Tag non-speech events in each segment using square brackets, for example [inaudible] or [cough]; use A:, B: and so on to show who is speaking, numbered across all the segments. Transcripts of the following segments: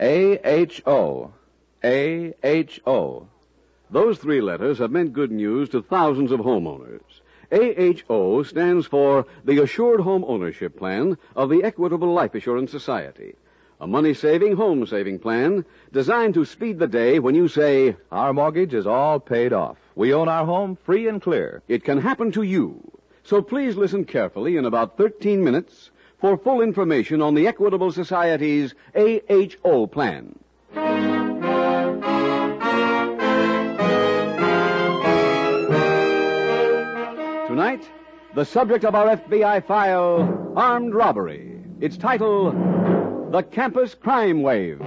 A: A-H-O. A-H-O. Those three letters have meant good news to thousands of homeowners. AHO stands for the Assured Home Ownership Plan of the Equitable Life Assurance Society, a money saving, home saving plan designed to speed the day when you say,
B: Our mortgage is all paid off. We own our home free and clear.
A: It can happen to you. So please listen carefully in about 13 minutes for full information on the Equitable Society's AHO plan. Tonight, the subject of our FBI file, Armed Robbery. Its title, The Campus Crime Wave.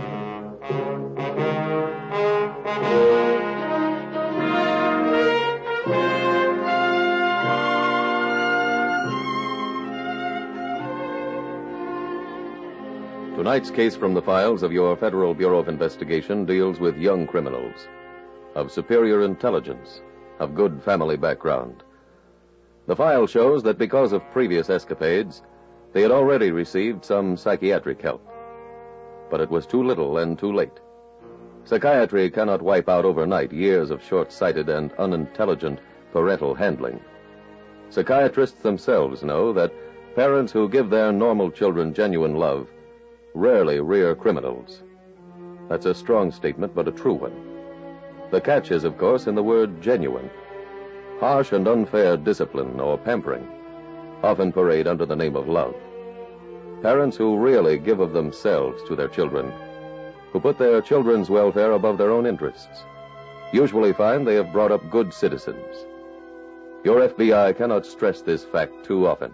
C: Tonight's case from the files of your Federal Bureau of Investigation deals with young criminals of superior intelligence, of good family background. The file shows that because of previous escapades, they had already received some psychiatric help. But it was too little and too late. Psychiatry cannot wipe out overnight years of short sighted and unintelligent parental handling. Psychiatrists themselves know that parents who give their normal children genuine love rarely rear criminals. That's a strong statement, but a true one. The catch is, of course, in the word genuine. Harsh and unfair discipline or pampering often parade under the name of love. Parents who really give of themselves to their children, who put their children's welfare above their own interests, usually find they have brought up good citizens. Your FBI cannot stress this fact too often.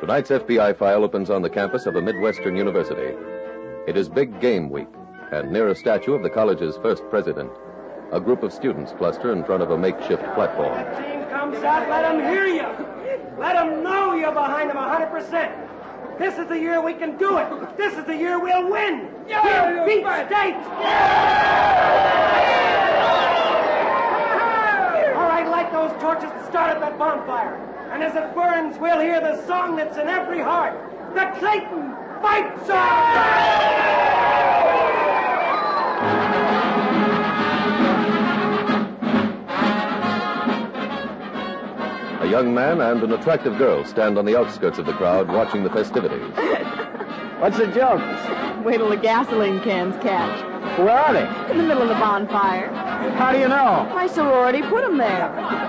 C: Tonight's FBI file opens on the campus of a Midwestern university. It is Big Game Week, and near a statue of the college's first president, a group of students cluster in front of a makeshift platform.
D: team comes out, let 'em hear you. Let 'em know you're behind them 100%. This is the year we can do it. This is the year we'll win. we'll beat state. All right, light those torches and start at that bonfire. And as it burns, we'll hear the song that's in every heart. The Clayton Fight Song.
C: A young man and an attractive girl stand on the outskirts of the crowd watching the festivities.
A: What's the joke?
E: Wait till the gasoline cans catch.
A: Where are they?
E: In the middle of the bonfire.
A: How do you know?
E: My sorority put 'em there.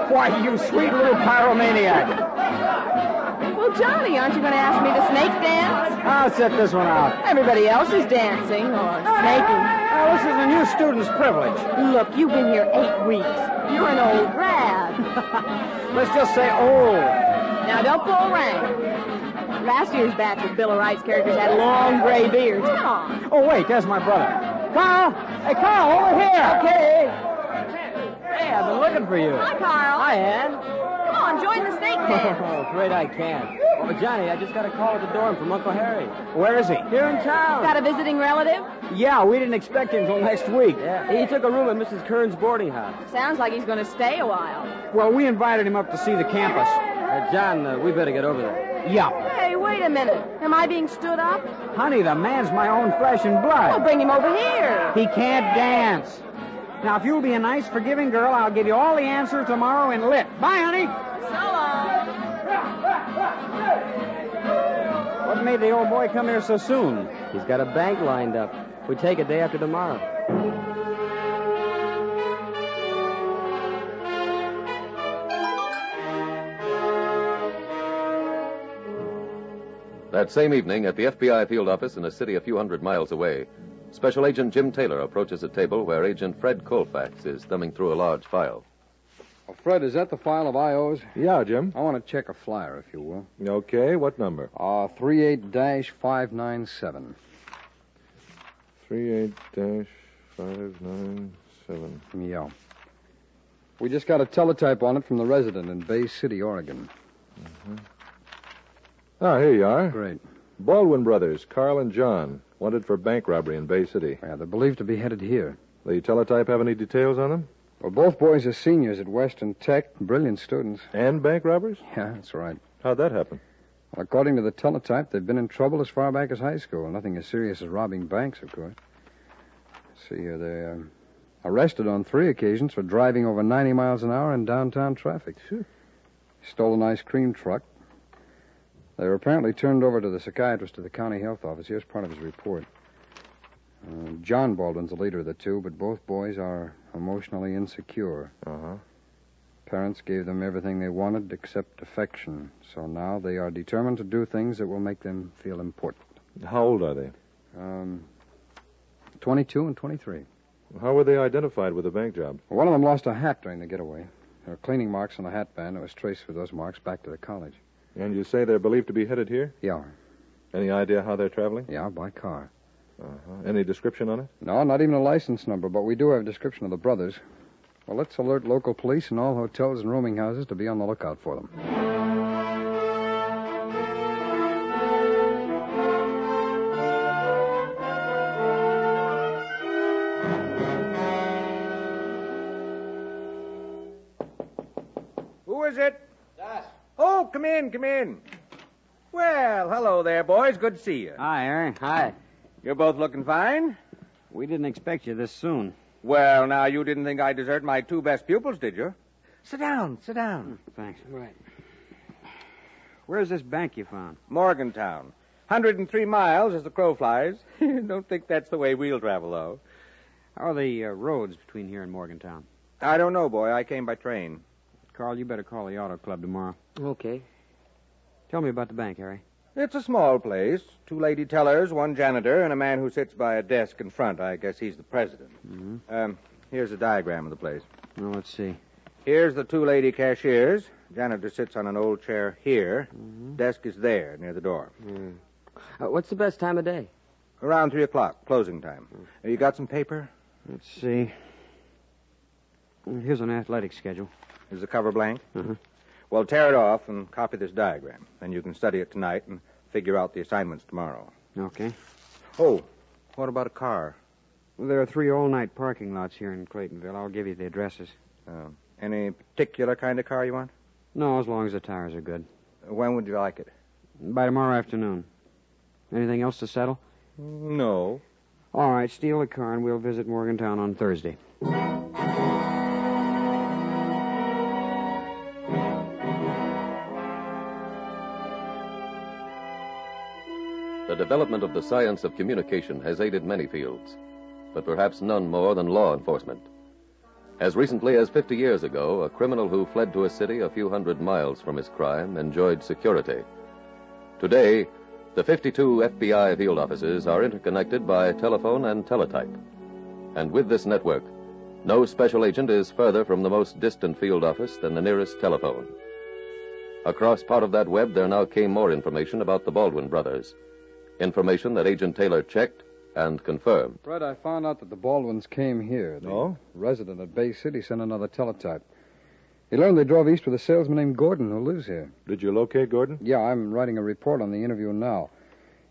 A: Why, you sweet little pyromaniac.
E: Well, Johnny, aren't you going to ask me to snake dance?
A: I'll set this one out.
E: Everybody else is dancing or snaking.
A: Now, this is a new student's privilege.
E: Look, you've been here eight weeks. You're an old grad. [laughs]
A: Let's just say oh. old.
E: Now, don't pull rank. Last year's batch of Bill of Rights characters had long gray beards. Come on.
A: Oh, wait, there's my brother. Carl! Hey, Carl, over here!
E: Okay.
A: Hey, I've been looking for you.
E: Hi, Carl.
F: Hi, Ann.
E: Come on, join the [laughs] snake dance.
F: Oh, great, I can. Oh, Johnny, I just got a call at the dorm from Uncle Harry.
A: Where is he?
F: Here in town.
E: Got a visiting relative?
A: Yeah, we didn't expect him till next week.
F: Yeah, he took a room at Mrs. Kern's boarding house.
E: Sounds like he's going to stay a while.
A: Well, we invited him up to see the campus.
F: Uh, John, uh, we better get over there.
G: Yup.
E: Hey, wait a minute. Am I being stood up?
G: Honey, the man's my own flesh and
E: Well,
G: blood.
E: bring him over here.
G: He can't dance. Now, if you'll be a nice, forgiving girl, I'll give you all the answers tomorrow in lit. Bye, honey.
E: So long.
G: What made the old boy come here so soon?
F: He's got a bank lined up. We take it day after tomorrow.
C: That same evening, at the FBI field office in a city a few hundred miles away, Special Agent Jim Taylor approaches a table where Agent Fred Colfax is thumbing through a large file.
H: Oh, Fred, is that the file of IOs?
B: Yeah, Jim.
H: I want to check a flyer, if you will.
B: Okay, what number?
H: Uh, 38 597.
B: 38 597.
H: Yeah. We just got a teletype on it from the resident in Bay City, Oregon.
B: Ah, here you are.
H: Great.
B: Baldwin Brothers, Carl and John, wanted for bank robbery in Bay City.
H: Yeah, they're believed to be headed here.
B: The teletype have any details on them?
H: Well, both boys are seniors at Western Tech, brilliant students. [laughs]
B: And bank robbers?
H: Yeah, that's right.
B: How'd that happen?
H: Well, according to the teletype, they've been in trouble as far back as high school. Nothing as serious as robbing banks, of course. Let's see here. They're um, arrested on three occasions for driving over 90 miles an hour in downtown traffic. Sure. Stole an ice cream truck. They were apparently turned over to the psychiatrist of the county health office. Here's part of his report. Uh, John Baldwin's the leader of the two, but both boys are emotionally insecure.
B: Uh-huh.
H: Parents gave them everything they wanted except affection, so now they are determined to do things that will make them feel important.
B: How old are they?
H: Um, 22 and 23.
B: How were they identified with the bank job?
H: One of them lost a hat during the getaway. There were cleaning marks on the hat band that was traced with those marks back to the college.
B: And you say they're believed to be headed here?
H: Yeah,
B: Any idea how they're traveling?
H: yeah, by car.
B: Uh-huh. Any description on it?
H: No, not even a license number, but we do have a description of the brothers. Well, let's alert local police and all hotels and rooming houses to be on the lookout for them.
I: Who is it? Oh, come in, come in. Well, hello there, boys. Good to see you.
F: Hi, Aaron. Hi.
I: You're both looking fine.
F: We didn't expect you this soon.
I: Well, now you didn't think I desert my two best pupils, did you? Sit down, sit down.
F: Thanks. Right. Where's this bank you found?
I: Morgantown. 103 miles as the crow flies. [laughs] Don't think that's the way we'll travel, though.
F: How are the uh, roads between here and Morgantown?
I: I don't know, boy. I came by train.
F: Carl, you better call the auto club tomorrow. Okay. Tell me about the bank, Harry.
I: It's a small place. Two lady tellers, one janitor, and a man who sits by a desk in front. I guess he's the president.
F: Mhm.
I: Um, here's a diagram of the place.
F: Well, let's see.
I: Here's the two lady cashiers. Janitor sits on an old chair here. Desk is there near the door.
F: Mm-hmm. Uh, what's the best time of day? Mm.
I: Around three o'clock, closing time. Uh, You got some paper?
F: Let's see. Here's an athletic schedule.
I: Is the cover blank?
F: Mhm.
I: Well, tear it off and copy this diagram. Then you can study it tonight and figure out the assignments tomorrow.
F: Okay.
I: Oh, what about a car?
F: Well, there are three all-night parking lots here in Claytonville. I'll give you the addresses.
I: Uh, any particular kind of car you want?
F: No, as long as the tires are good.
I: Uh, When would you like it?
F: By tomorrow afternoon. Anything else to settle?
I: No.
F: All right, steal the car and we'll visit Morgantown on Thursday.
C: The development of the science of communication has aided many fields, but perhaps none more than law enforcement. As recently as 50 years ago, a criminal who fled to a city a few hundred miles from his crime enjoyed security. Today, the 52 FBI field offices are interconnected by telephone and teletype. And with this network, no special agent is further from the most distant field office than the nearest telephone. Across part of that web, there now came more information about the Baldwin brothers information that Agent Taylor checked and confirmed.
H: Fred, I found out that the Baldwins came here. The
B: Oh?
H: resident at Bay City sent another teletype. He learned they drove east with a salesman named Gordon who lives here.
B: Did you locate Gordon?
H: Yeah, I'm writing a report on the interview now.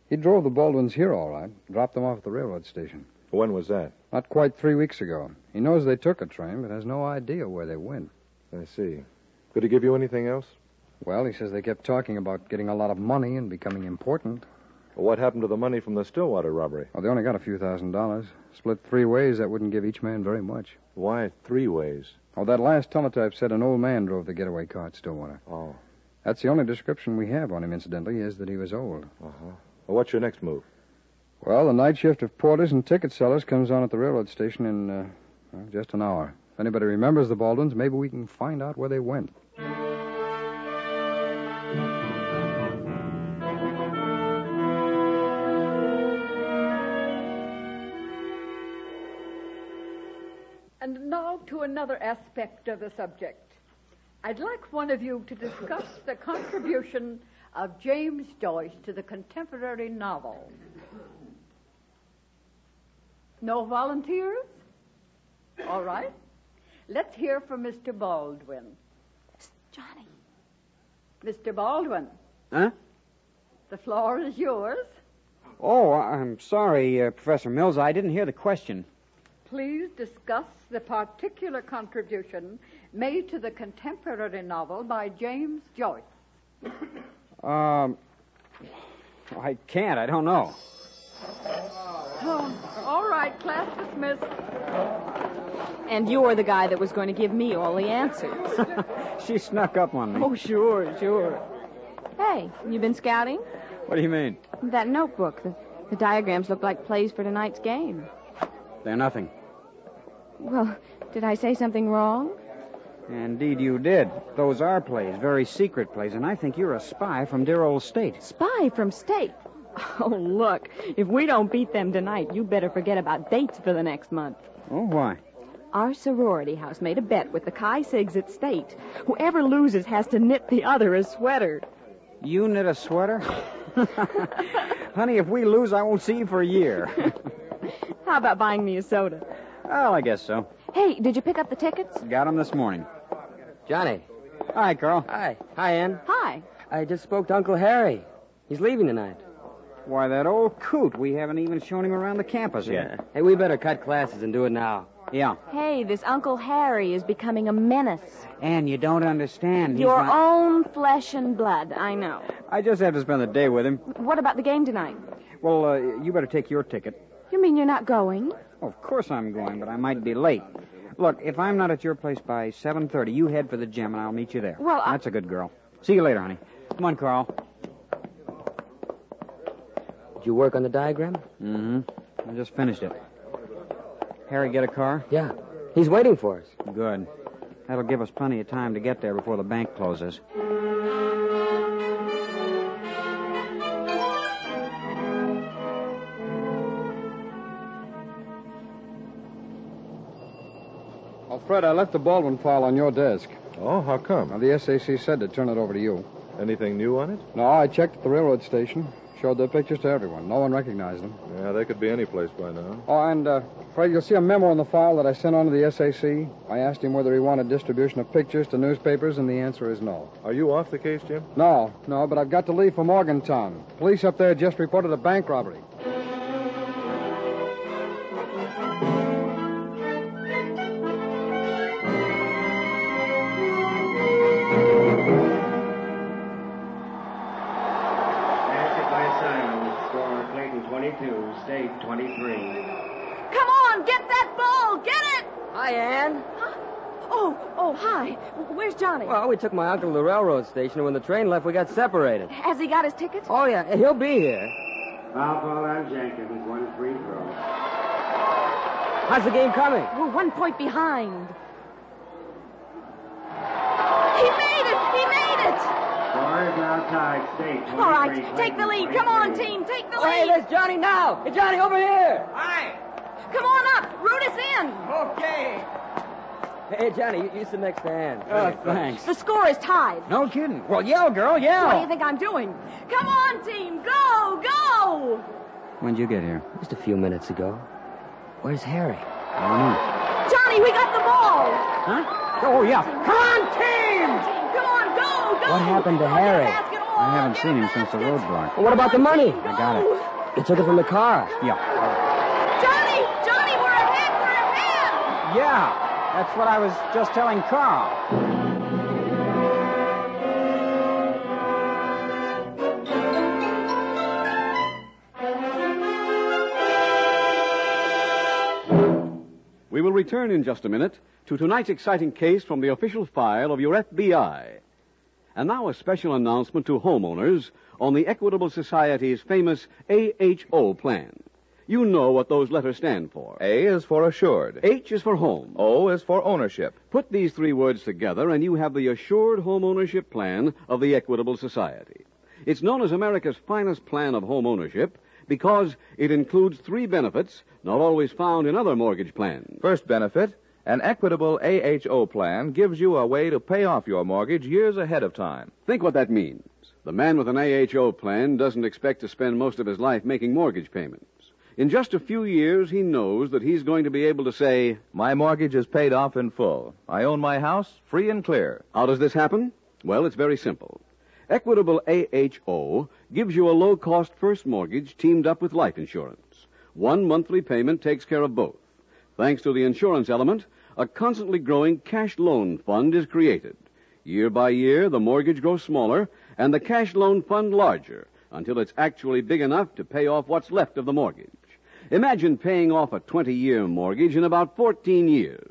H: He drove the Baldwins here all right, dropped them off at the railroad station.
B: When was that?
H: Not quite three weeks ago. He knows they took a train, but has no idea where they went.
B: I see. Could he give you anything else?
H: Well, he says they kept talking about getting a lot of money and becoming important.
B: What happened to the money from the Stillwater robbery?
H: Well, they only got a few thousand dollars. Split three ways, that wouldn't give each man very much.
B: Why three ways?
H: Oh, that last teletype said an old man drove the getaway car at Stillwater.
B: Oh.
H: That's the only description we have on him, incidentally, is that he was old.
B: Uh huh. Well, what's your next move?
H: Well, the night shift of porters and ticket sellers comes on at the railroad station in uh, well, just an hour. If anybody remembers the Baldwins, maybe we can find out where they went.
J: And now to another aspect of the subject. I'd like one of you to discuss the contribution of James Joyce to the contemporary novel. No volunteers? All right. Let's hear from Mr. Baldwin. Johnny. Mr. Baldwin,
F: Huh?
J: the floor is yours.
F: Oh, I- I'm sorry, uh, Professor Mills. I didn't hear the question.
J: Please discuss the particular contribution made to the contemporary novel by James Joyce.
F: Um, I can't. I don't know.
J: Oh, all right, class dismissed.
E: And you're the guy that was going to give me all the answers.
F: She snuck up on me.
E: [laughs] oh, sure, sure. Hey, you been scouting?
F: What do you mean?
E: That notebook. The, the diagrams look like plays for tonight's game.
F: They're nothing.
E: Well, did I say something wrong?
F: Indeed, you did. Those are plays, very secret plays, and I think you're a spy from dear old state.
E: Spy from state. [laughs] Oh, look, if we don't beat them tonight, you better forget about dates for the next month.
F: Oh, why?
E: Our sorority house made a bet with the Chi Sigs at state. Whoever loses has to knit the other a sweater.
F: You knit a sweater? [laughs] Honey, if we lose, I won't see you for
H: [laughs]
F: a year.
E: How about buying me a soda?
F: well, I guess so.
E: Hey, did you pick up the tickets?
F: Got him this morning.
K: Johnny.
F: Hi, Carl.
K: Hi. Hi, Ann.
E: Hi.
K: I just spoke to Uncle Harry. He's leaving tonight.
F: Why, that old coot. We haven't even shown him around the campus yet.
K: Hey, we better cut classes and do it now.
F: Yeah.
E: Hey, this Uncle Harry is becoming a menace.
F: And you don't understand. He's
E: Your
F: my-
E: own flesh and blood, I know.
F: I just have to spend the day with him.
E: What about the game tonight?
F: Well, uh, you better take your ticket.
E: You mean you're not going?
F: Of course I'm going, but I might be late. Look, if I'm not at your place by 7.30, you head for the gym and I'll meet you there.
E: Well, I-
F: That's a good girl. See you later, honey. Come on, Carl.
K: Did you work on the diagram?
F: Mm-hmm. I just finished it. Harry, get a car?
K: Yeah. He's waiting for us.
F: Good. That'll give us plenty of time to get there before the bank closes.
H: Well, Fred, I left Uh, the Baldwin file on your desk.
B: Oh, how come?
H: Now, the SAC said to turn it over to you.
B: Anything new on it?
H: No, I checked at the railroad station. Showed their pictures to everyone. No one recognized them.
B: Yeah, they could be any place by now.
H: Oh, and, uh, Fred, you'll see a memo in the file that I sent on to the SAC. I asked him whether he wanted distribution of pictures to newspapers, and the answer is no.
B: Are you off the case, Jim?
H: No, no, but I've got to leave for Morgantown. Police up there just reported a bank robbery.
D: Answered by Simon, score Clayton 22, state 23.
E: Come on, get that ball! Get it!
K: Hi, Ann.
E: Oh, oh, hi. Where's Johnny?
K: Well, we took my uncle to the railroad station, and when the train left, we got separated.
E: Has he got his tickets?
K: Oh, yeah. He'll be here.
D: Foul ball on Jenkins, one free throw.
K: How's the game coming?
E: We're one point behind. He made it! He made it!
D: Score is now tied, state 23.
E: All right, take the lead. Come on, team, take the
K: Oh, hey,
E: lead.
K: there's Johnny now. Hey, Johnny, over here.
D: Hi!
E: Come on up, root us in.
D: Okay!
K: Hey, Johnny, you, you sit next to Ann.
F: Oh, thanks.
E: The score is tied.
F: No kidding. Well, yell, girl,
E: What do you
F: yell.
E: think I'm doing? Come on, team, go, go!
F: When'd you get here?
K: Just a few minutes ago. Where's Harry?
F: I don't know.
E: Johnny, we got the ball.
F: Huh? Oh, yeah.
E: Come on, team! Come on, go, go!
K: What happened to
E: Go, get a
K: Harry?
E: basket, all
F: I haven't
E: get
F: seen
E: a
F: him since the
E: basket.
F: roadblock.
K: Well, what about the money?
F: I got it.
K: You took it from the car.
F: Yeah.
E: Johnny, Johnny, we're ahead, we're ahead!
F: Yeah. That's what I was just telling Carl.
A: We will return in just a minute to tonight's exciting case from the official file of your FBI. And now a special announcement to homeowners on the Equitable Society's famous AHO plan. You know what those letters stand for.
L: A is for assured.
A: H is for home.
L: O is for ownership.
A: Put these three words together and you have the assured home ownership plan of the Equitable Society. It's known as America's finest plan of home ownership because it includes three benefits not always found in other mortgage plans.
L: First benefit an equitable AHO plan gives you a way to pay off your mortgage years ahead of time.
A: Think what that means. The man with an AHO plan doesn't expect to spend most of his life making mortgage payments. In just a few years, he knows that he's going to be able to say,
L: My mortgage is paid off in full. I own my house free and clear.
A: How does this happen? Well, it's very simple. Equitable AHO gives you a low cost first mortgage teamed up with life insurance. One monthly payment takes care of both. Thanks to the insurance element, a constantly growing cash loan fund is created. Year by year, the mortgage grows smaller and the cash loan fund larger until it's actually big enough to pay off what's left of the mortgage. Imagine paying off a 20 year mortgage in about 14 years.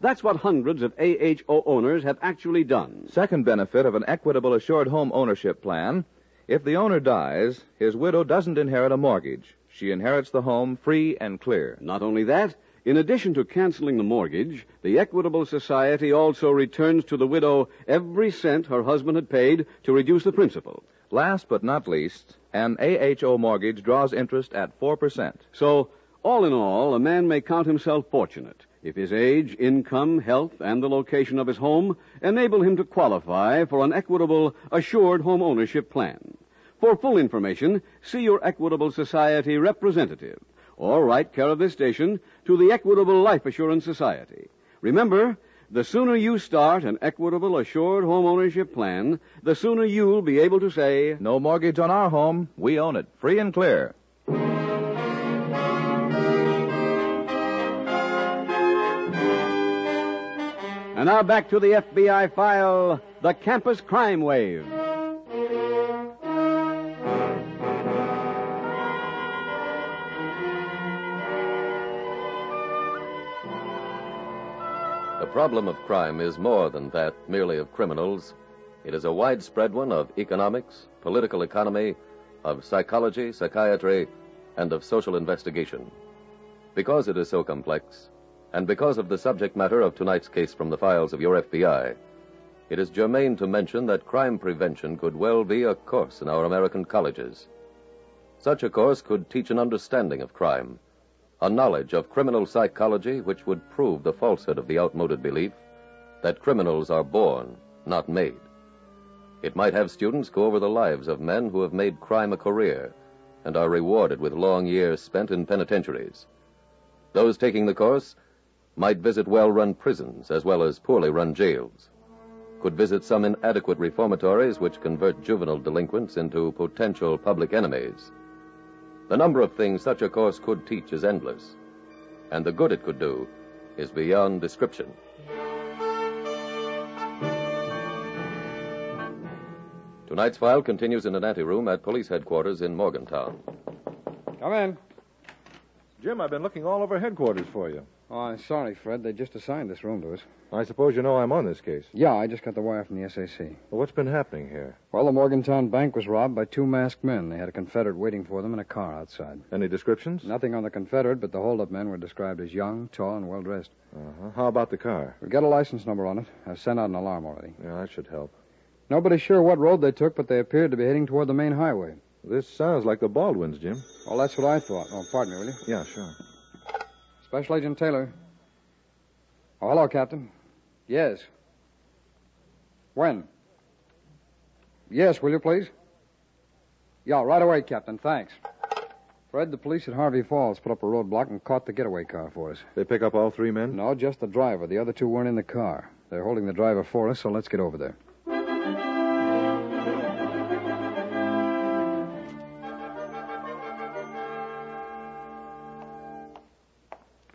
A: That's what hundreds of AHO owners have actually done.
L: Second benefit of an equitable assured home ownership plan if the owner dies, his widow doesn't inherit a mortgage. She inherits the home free and clear.
A: Not only that, in addition to canceling the mortgage, the Equitable Society also returns to the widow every cent her husband had paid to reduce the principal.
L: Last but not least, an AHO mortgage draws interest at 4%.
A: So, all in all, a man may count himself fortunate if his age, income, health, and the location of his home enable him to qualify for an equitable, assured home ownership plan. For full information, see your Equitable Society representative or write care of this station to the Equitable Life Assurance Society. Remember, the sooner you start an equitable, assured home ownership plan, the sooner you'll be able to say,
L: No mortgage on our home. We own it, free and clear.
A: And now back to the FBI file The Campus Crime Wave.
C: The problem of crime is more than that merely of criminals. It is a widespread one of economics, political economy, of psychology, psychiatry, and of social investigation. Because it is so complex, and because of the subject matter of tonight's case from the files of your FBI, it is germane to mention that crime prevention could well be a course in our American colleges. Such a course could teach an understanding of crime, a knowledge of criminal psychology which would prove the falsehood of the outmoded belief that criminals are born, not made. It might have students go over the lives of men who have made crime a career and are rewarded with long years spent in penitentiaries. Those taking the course might visit well run prisons as well as poorly run jails, could visit some inadequate reformatories which convert juvenile delinquents into potential public enemies. The number of things such a course could teach is endless, and the good it could do is beyond description. Tonight's file continues in an anteroom at police headquarters in Morgantown.
H: Come in.
B: Jim, I've been looking all over headquarters for you.
H: Oh, I'm sorry, Fred. They just assigned this room to us.
B: I suppose you know I'm on this case.
H: Yeah, I just got the wire from the SAC.
B: Well, what's been happening here?
H: Well, the Morgantown bank was robbed by two masked men. They had a Confederate waiting for them in a car outside.
B: Any descriptions?
H: Nothing on the Confederate, but the holdup men were described as young, tall, and well dressed.
B: Uh-huh. How about the car?
H: We got a license number on it. I've sent out an alarm already.
B: Yeah, that should help.
H: Nobody's sure what road they took, but they appeared to be heading toward the main highway.
B: This sounds like the Baldwins, Jim.
H: Well, that's what I thought. Oh, pardon me, will you?
B: Yeah, sure.
H: Special Agent Taylor. Oh, hello, Captain. Yes. When? Yes, will you please? Yeah, right away, Captain. Thanks. Fred, the police at Harvey Falls put up a roadblock and caught the getaway car for us.
B: They pick up all three men?
H: No, just the driver. The other two weren't in the car. They're holding the driver for us, so let's get over there.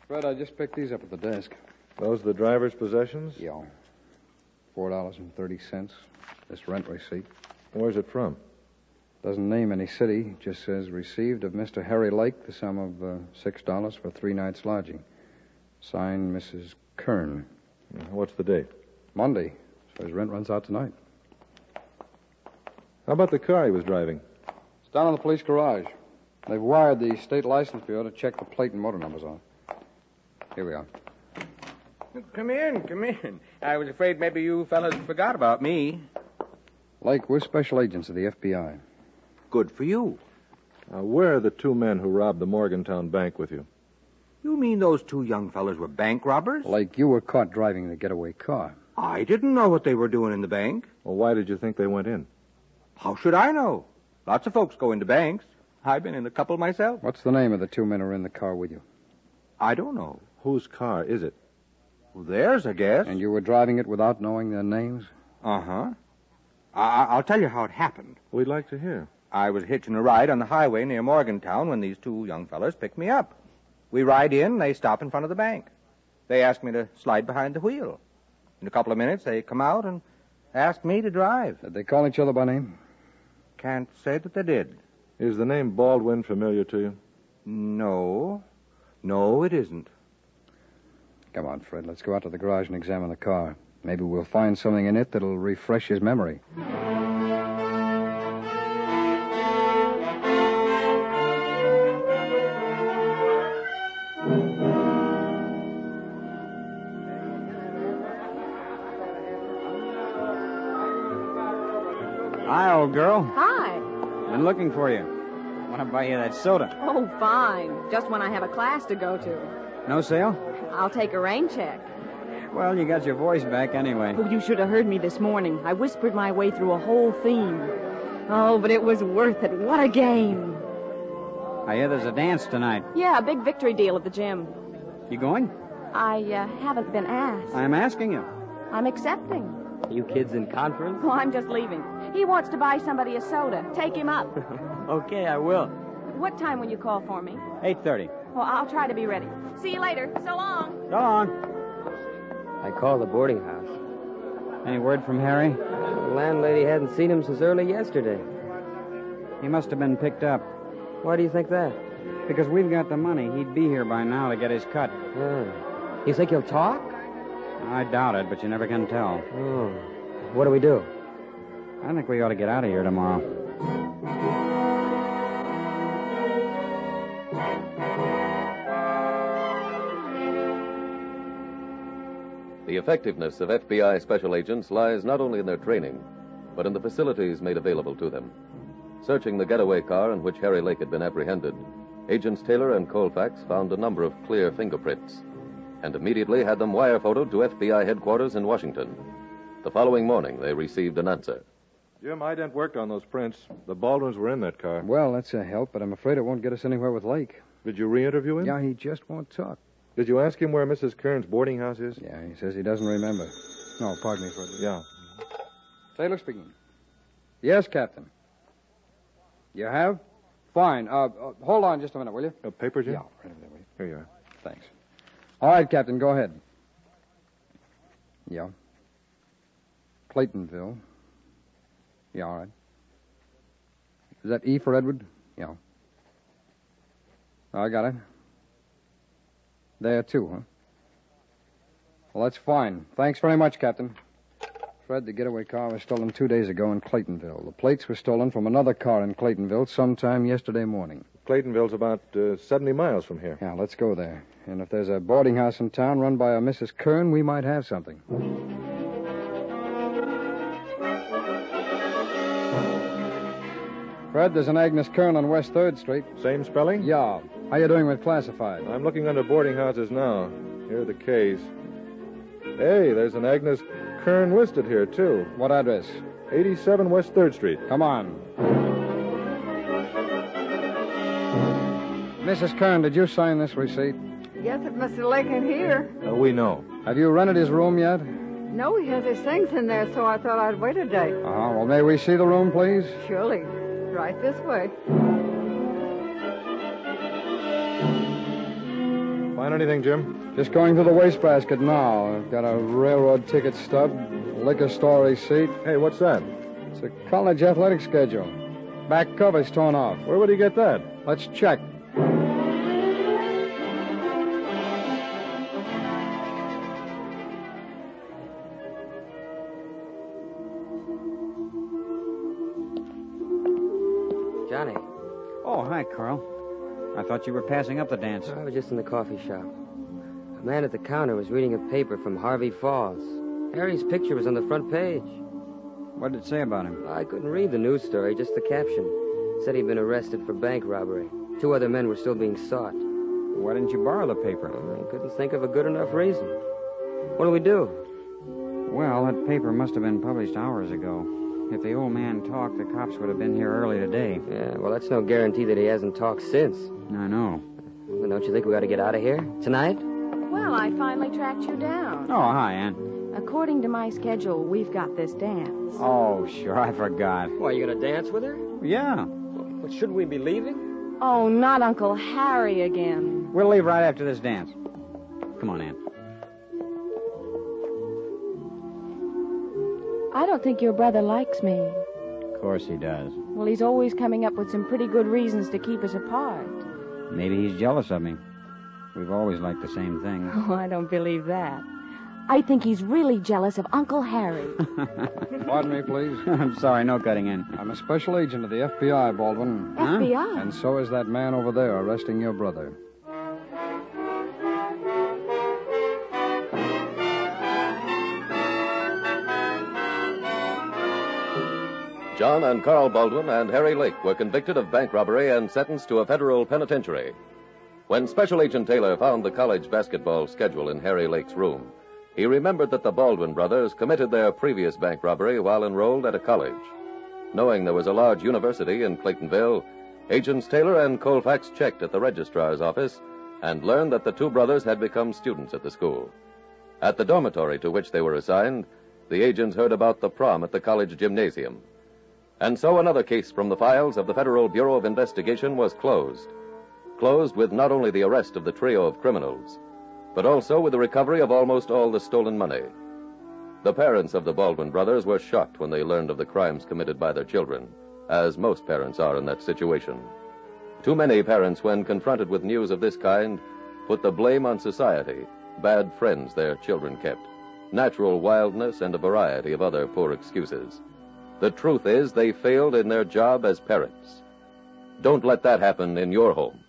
H: Fred, I just picked these up at the desk.
B: Those the driver's possessions?
H: Yeah. Four dollars and thirty cents. This rent receipt.
B: Where's it from?
H: Doesn't name any city. Just says received of Mr. Harry Lake the sum of uh, six dollars for three nights lodging. Signed, Mrs. Kern.
B: What's the date?
H: Monday. So his rent runs out tonight.
B: How about the car he was driving?
H: It's down in the police garage. They've wired the state license bureau to check the plate and motor numbers on it. Here we are.
I: Come in, come in. I was afraid maybe you fellas forgot about me.
H: Lake, we're special agents of the FBI.
B: Good for you. Now, Uh, where are the two men who robbed the Morgantown bank with you?
M: You mean those two young fellas were bank robbers?
H: Lake, you were caught driving the getaway car.
M: I didn't know what they were doing in the bank.
B: Well, why did you think they went in?
M: How should I know? Lots of folks go into banks. I've been in a couple myself.
H: What's the name of the two men who were in the car with you?
M: I don't know.
B: Whose car is it?
M: Well, theirs, I guess.
H: And you were driving it without knowing their names?
M: Uh huh. I- I'll tell you how it happened.
B: We'd like to hear.
M: I was hitching a ride on the highway near Morgantown when these two young fellas picked me up. We ride in, they stop in front of the bank. They ask me to slide behind the wheel. In a couple of minutes, they come out and ask me to drive.
H: Did they call each other by name?
M: Can't say that they did.
B: Is the name Baldwin familiar to you?
M: No. No, it isn't.
H: Come on, Fred. Let's go out to the garage and examine the car. Maybe we'll find something in it that'll refresh his memory.
F: Hi, old girl.
E: Hi.
F: Been looking for you. Want to buy you that soda?
E: Oh, fine. Just when I have a class to go to.
F: No sale?
E: I'll take a rain check.
F: Well, you got your voice back anyway.
E: Oh, you should have heard me this morning. I whispered my way through a whole theme. Oh, but it was worth it. What a game.
F: I hear there's a dance tonight.
E: Yeah, a big victory deal at the gym.
F: You going?
E: I uh, haven't been asked.
F: I'm asking you.
E: I'm accepting.
K: You kids in conference?
E: Well, I'm just leaving. He wants to buy somebody a soda. Take him up.
K: Okay, I will.
E: What time will you call for me?
F: 8.30.
E: Well, I'll try to be ready. See you later. So long.
F: So long.
K: I called the boarding house.
F: Any word from Harry?
K: The landlady hadn't seen him since early yesterday.
F: He must have been picked up.
K: Why do you think that?
F: Because we've got the money. He'd be here by now to get his cut.
K: Yeah. You think he'll talk?
F: I doubt it, but you never can tell.
K: Oh.
H: Hmm.
K: What do we do?
F: I think we ought to get out of here tomorrow.
C: The effectiveness of FBI special agents lies not only in their training, but in the facilities made available to them. Searching the getaway car in which Harry Lake had been apprehended, agents Taylor and Colfax found a number of clear fingerprints and immediately had them wire photoed to FBI headquarters in Washington. The following morning, they received an answer.
B: Jim, I didn't work on those prints. The Baldwins were in that car.
H: Well, that's a help, but I'm afraid it won't get us anywhere with Lake.
B: Did you re-interview him?
H: Yeah, he just won't talk.
B: Did you ask him where Mrs. Kern's boarding house is?
H: Yeah, he says he doesn't remember. No, pardon me for this.
B: Yeah.
H: Taylor speaking. Yes, Captain. You have? Fine. Uh, uh, hold on just a minute, will you?
B: A paper, Jim?
H: Yeah, right over there, will you?
B: Here you are.
H: Thanks. All right, Captain, go ahead. Yeah. Claytonville. Yeah, all right. Is that E for Edward? Yeah. I got it. There, too, huh? Well, that's fine. Thanks very much, Captain. Fred, the getaway car was stolen two days ago in Claytonville. The plates were stolen from another car in Claytonville sometime yesterday morning.
B: Claytonville's about uh, 70 miles from here.
H: Yeah, let's go there. And if there's a boarding house in town run by a Mrs. Kern, we might have something. Fred, there's an Agnes Kern on West 3rd Street.
B: Same spelling?
H: Yeah. How you doing with classified?
B: I'm looking under boarding houses now. Here are the K's. Hey, there's an Agnes Kern listed here, too.
H: What address?
B: 87 West 3rd Street.
H: Come on. Mrs. Kern, did you sign this receipt?
N: Yes, if Mr. Lake ain't here.
B: Uh, we know.
H: Have you rented his room yet?
N: No, he has his things in there, so I thought I'd wait a day.
H: Uh huh. Well, may we see the room, please?
N: Surely. Right this way.
B: Find anything, Jim?
H: Just going to the wastebasket now. I've got a railroad ticket stub, liquor store receipt.
B: Hey, what's that?
H: It's a college athletic schedule. Back cover's torn off.
B: Where would he get that?
H: Let's check.
K: Johnny.
F: Oh, hi, Carl. I thought you were passing up the dance.
K: I was just in the coffee shop. A man at the counter was reading a paper from Harvey Falls. Harry's picture was on the front page.
F: What did it say about him?
K: I couldn't read the news story, just the caption. It said he'd been arrested for bank robbery. Two other men were still being sought.
F: Why didn't you borrow the paper?
K: I couldn't think of a good enough reason. What do we do?
F: Well, that paper must have been published hours ago. If the old man talked, the cops would have been here early today.
K: Yeah, well, that's no guarantee that he hasn't talked since.
F: I know.
K: Well, Don't you think we got to get out of here tonight?
E: Well, I finally tracked you down.
F: Oh, hi, Ann.
E: According to my schedule, we've got this dance.
F: Oh, sure, I forgot.
K: Why, you gonna dance with her?
F: Yeah.
K: But shouldn't we be leaving?
E: Oh, not Uncle Harry again.
F: We'll leave right after this dance. Come on, Ann.
E: I don't think your brother likes me.
F: Of course he does.
E: Well, he's always coming up with some pretty good reasons to keep us apart.
F: Maybe he's jealous of me. We've always liked the same things.
E: Oh, I don't believe that. I think he's really jealous of Uncle Harry.
H: Pardon me, please. [laughs]
F: I'm sorry, no cutting in.
H: I'm a special agent of the FBI, Baldwin.
E: FBI?
H: And so is that man over there arresting your brother.
C: John and Carl Baldwin and Harry Lake were convicted of bank robbery and sentenced to a federal penitentiary. When Special Agent Taylor found the college basketball schedule in Harry Lake's room, he remembered that the Baldwin brothers committed their previous bank robbery while enrolled at a college. Knowing there was a large university in Claytonville, Agents Taylor and Colfax checked at the registrar's office and learned that the two brothers had become students at the school. At the dormitory to which they were assigned, the agents heard about the prom at the college gymnasium. And so another case from the files of the Federal Bureau of Investigation was closed. Closed with not only the arrest of the trio of criminals, but also with the recovery of almost all the stolen money. The parents of the Baldwin brothers were shocked when they learned of the crimes committed by their children, as most parents are in that situation. Too many parents, when confronted with news of this kind, put the blame on society, bad friends their children kept, natural wildness, and a variety of other poor excuses. The truth is, they failed in their job as parents. Don't let that happen in your home.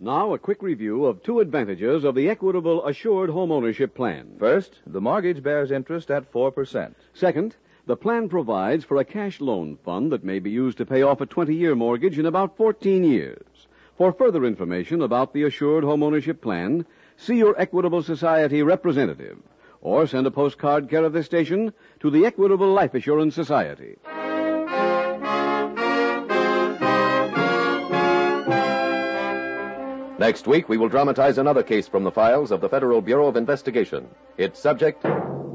A: Now, a quick review of two advantages of the Equitable Assured Home Ownership Plan.
L: First, the mortgage bears interest at 4%.
A: Second, the plan provides for a cash loan fund that may be used to pay off a 20 year mortgage in about 14 years. For further information about the Assured Home Ownership Plan, see your Equitable Society representative or send a postcard care of this station to the Equitable Life Assurance Society.
C: Next week, we will dramatize another case from the files of the Federal Bureau of Investigation. Its subject,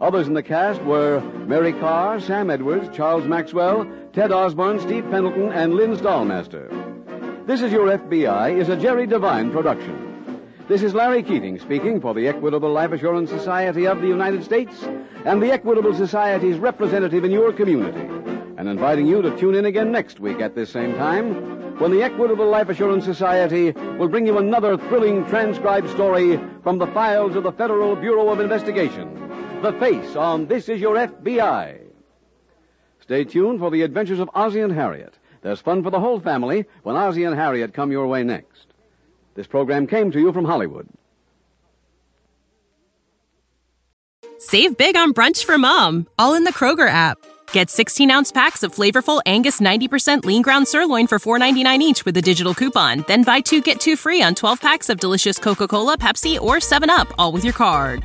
A: Others in the cast were Mary Carr, Sam Edwards, Charles Maxwell, Ted Osborne, Steve Pendleton, and Lynn Stallmaster. This is Your FBI is a Jerry Devine production. This is Larry Keating speaking for the Equitable Life Assurance Society of the United States and the Equitable Society's representative in your community, and inviting you to tune in again next week at this same time when the Equitable Life Assurance Society will bring you another thrilling transcribed story from the files of the Federal Bureau of Investigation. The Face on This Is Your FBI. Stay tuned for the adventures of Ozzie and Harriet. There's fun for the whole family when Ozzie and Harriet come your way next. This program came to you from Hollywood.
O: Save big on brunch for mom, all in the Kroger app. Get 16 ounce packs of flavorful Angus 90% lean ground sirloin for $4.99 each with a digital coupon. Then buy two get two free on 12 packs of delicious Coca Cola, Pepsi, or 7UP, all with your card.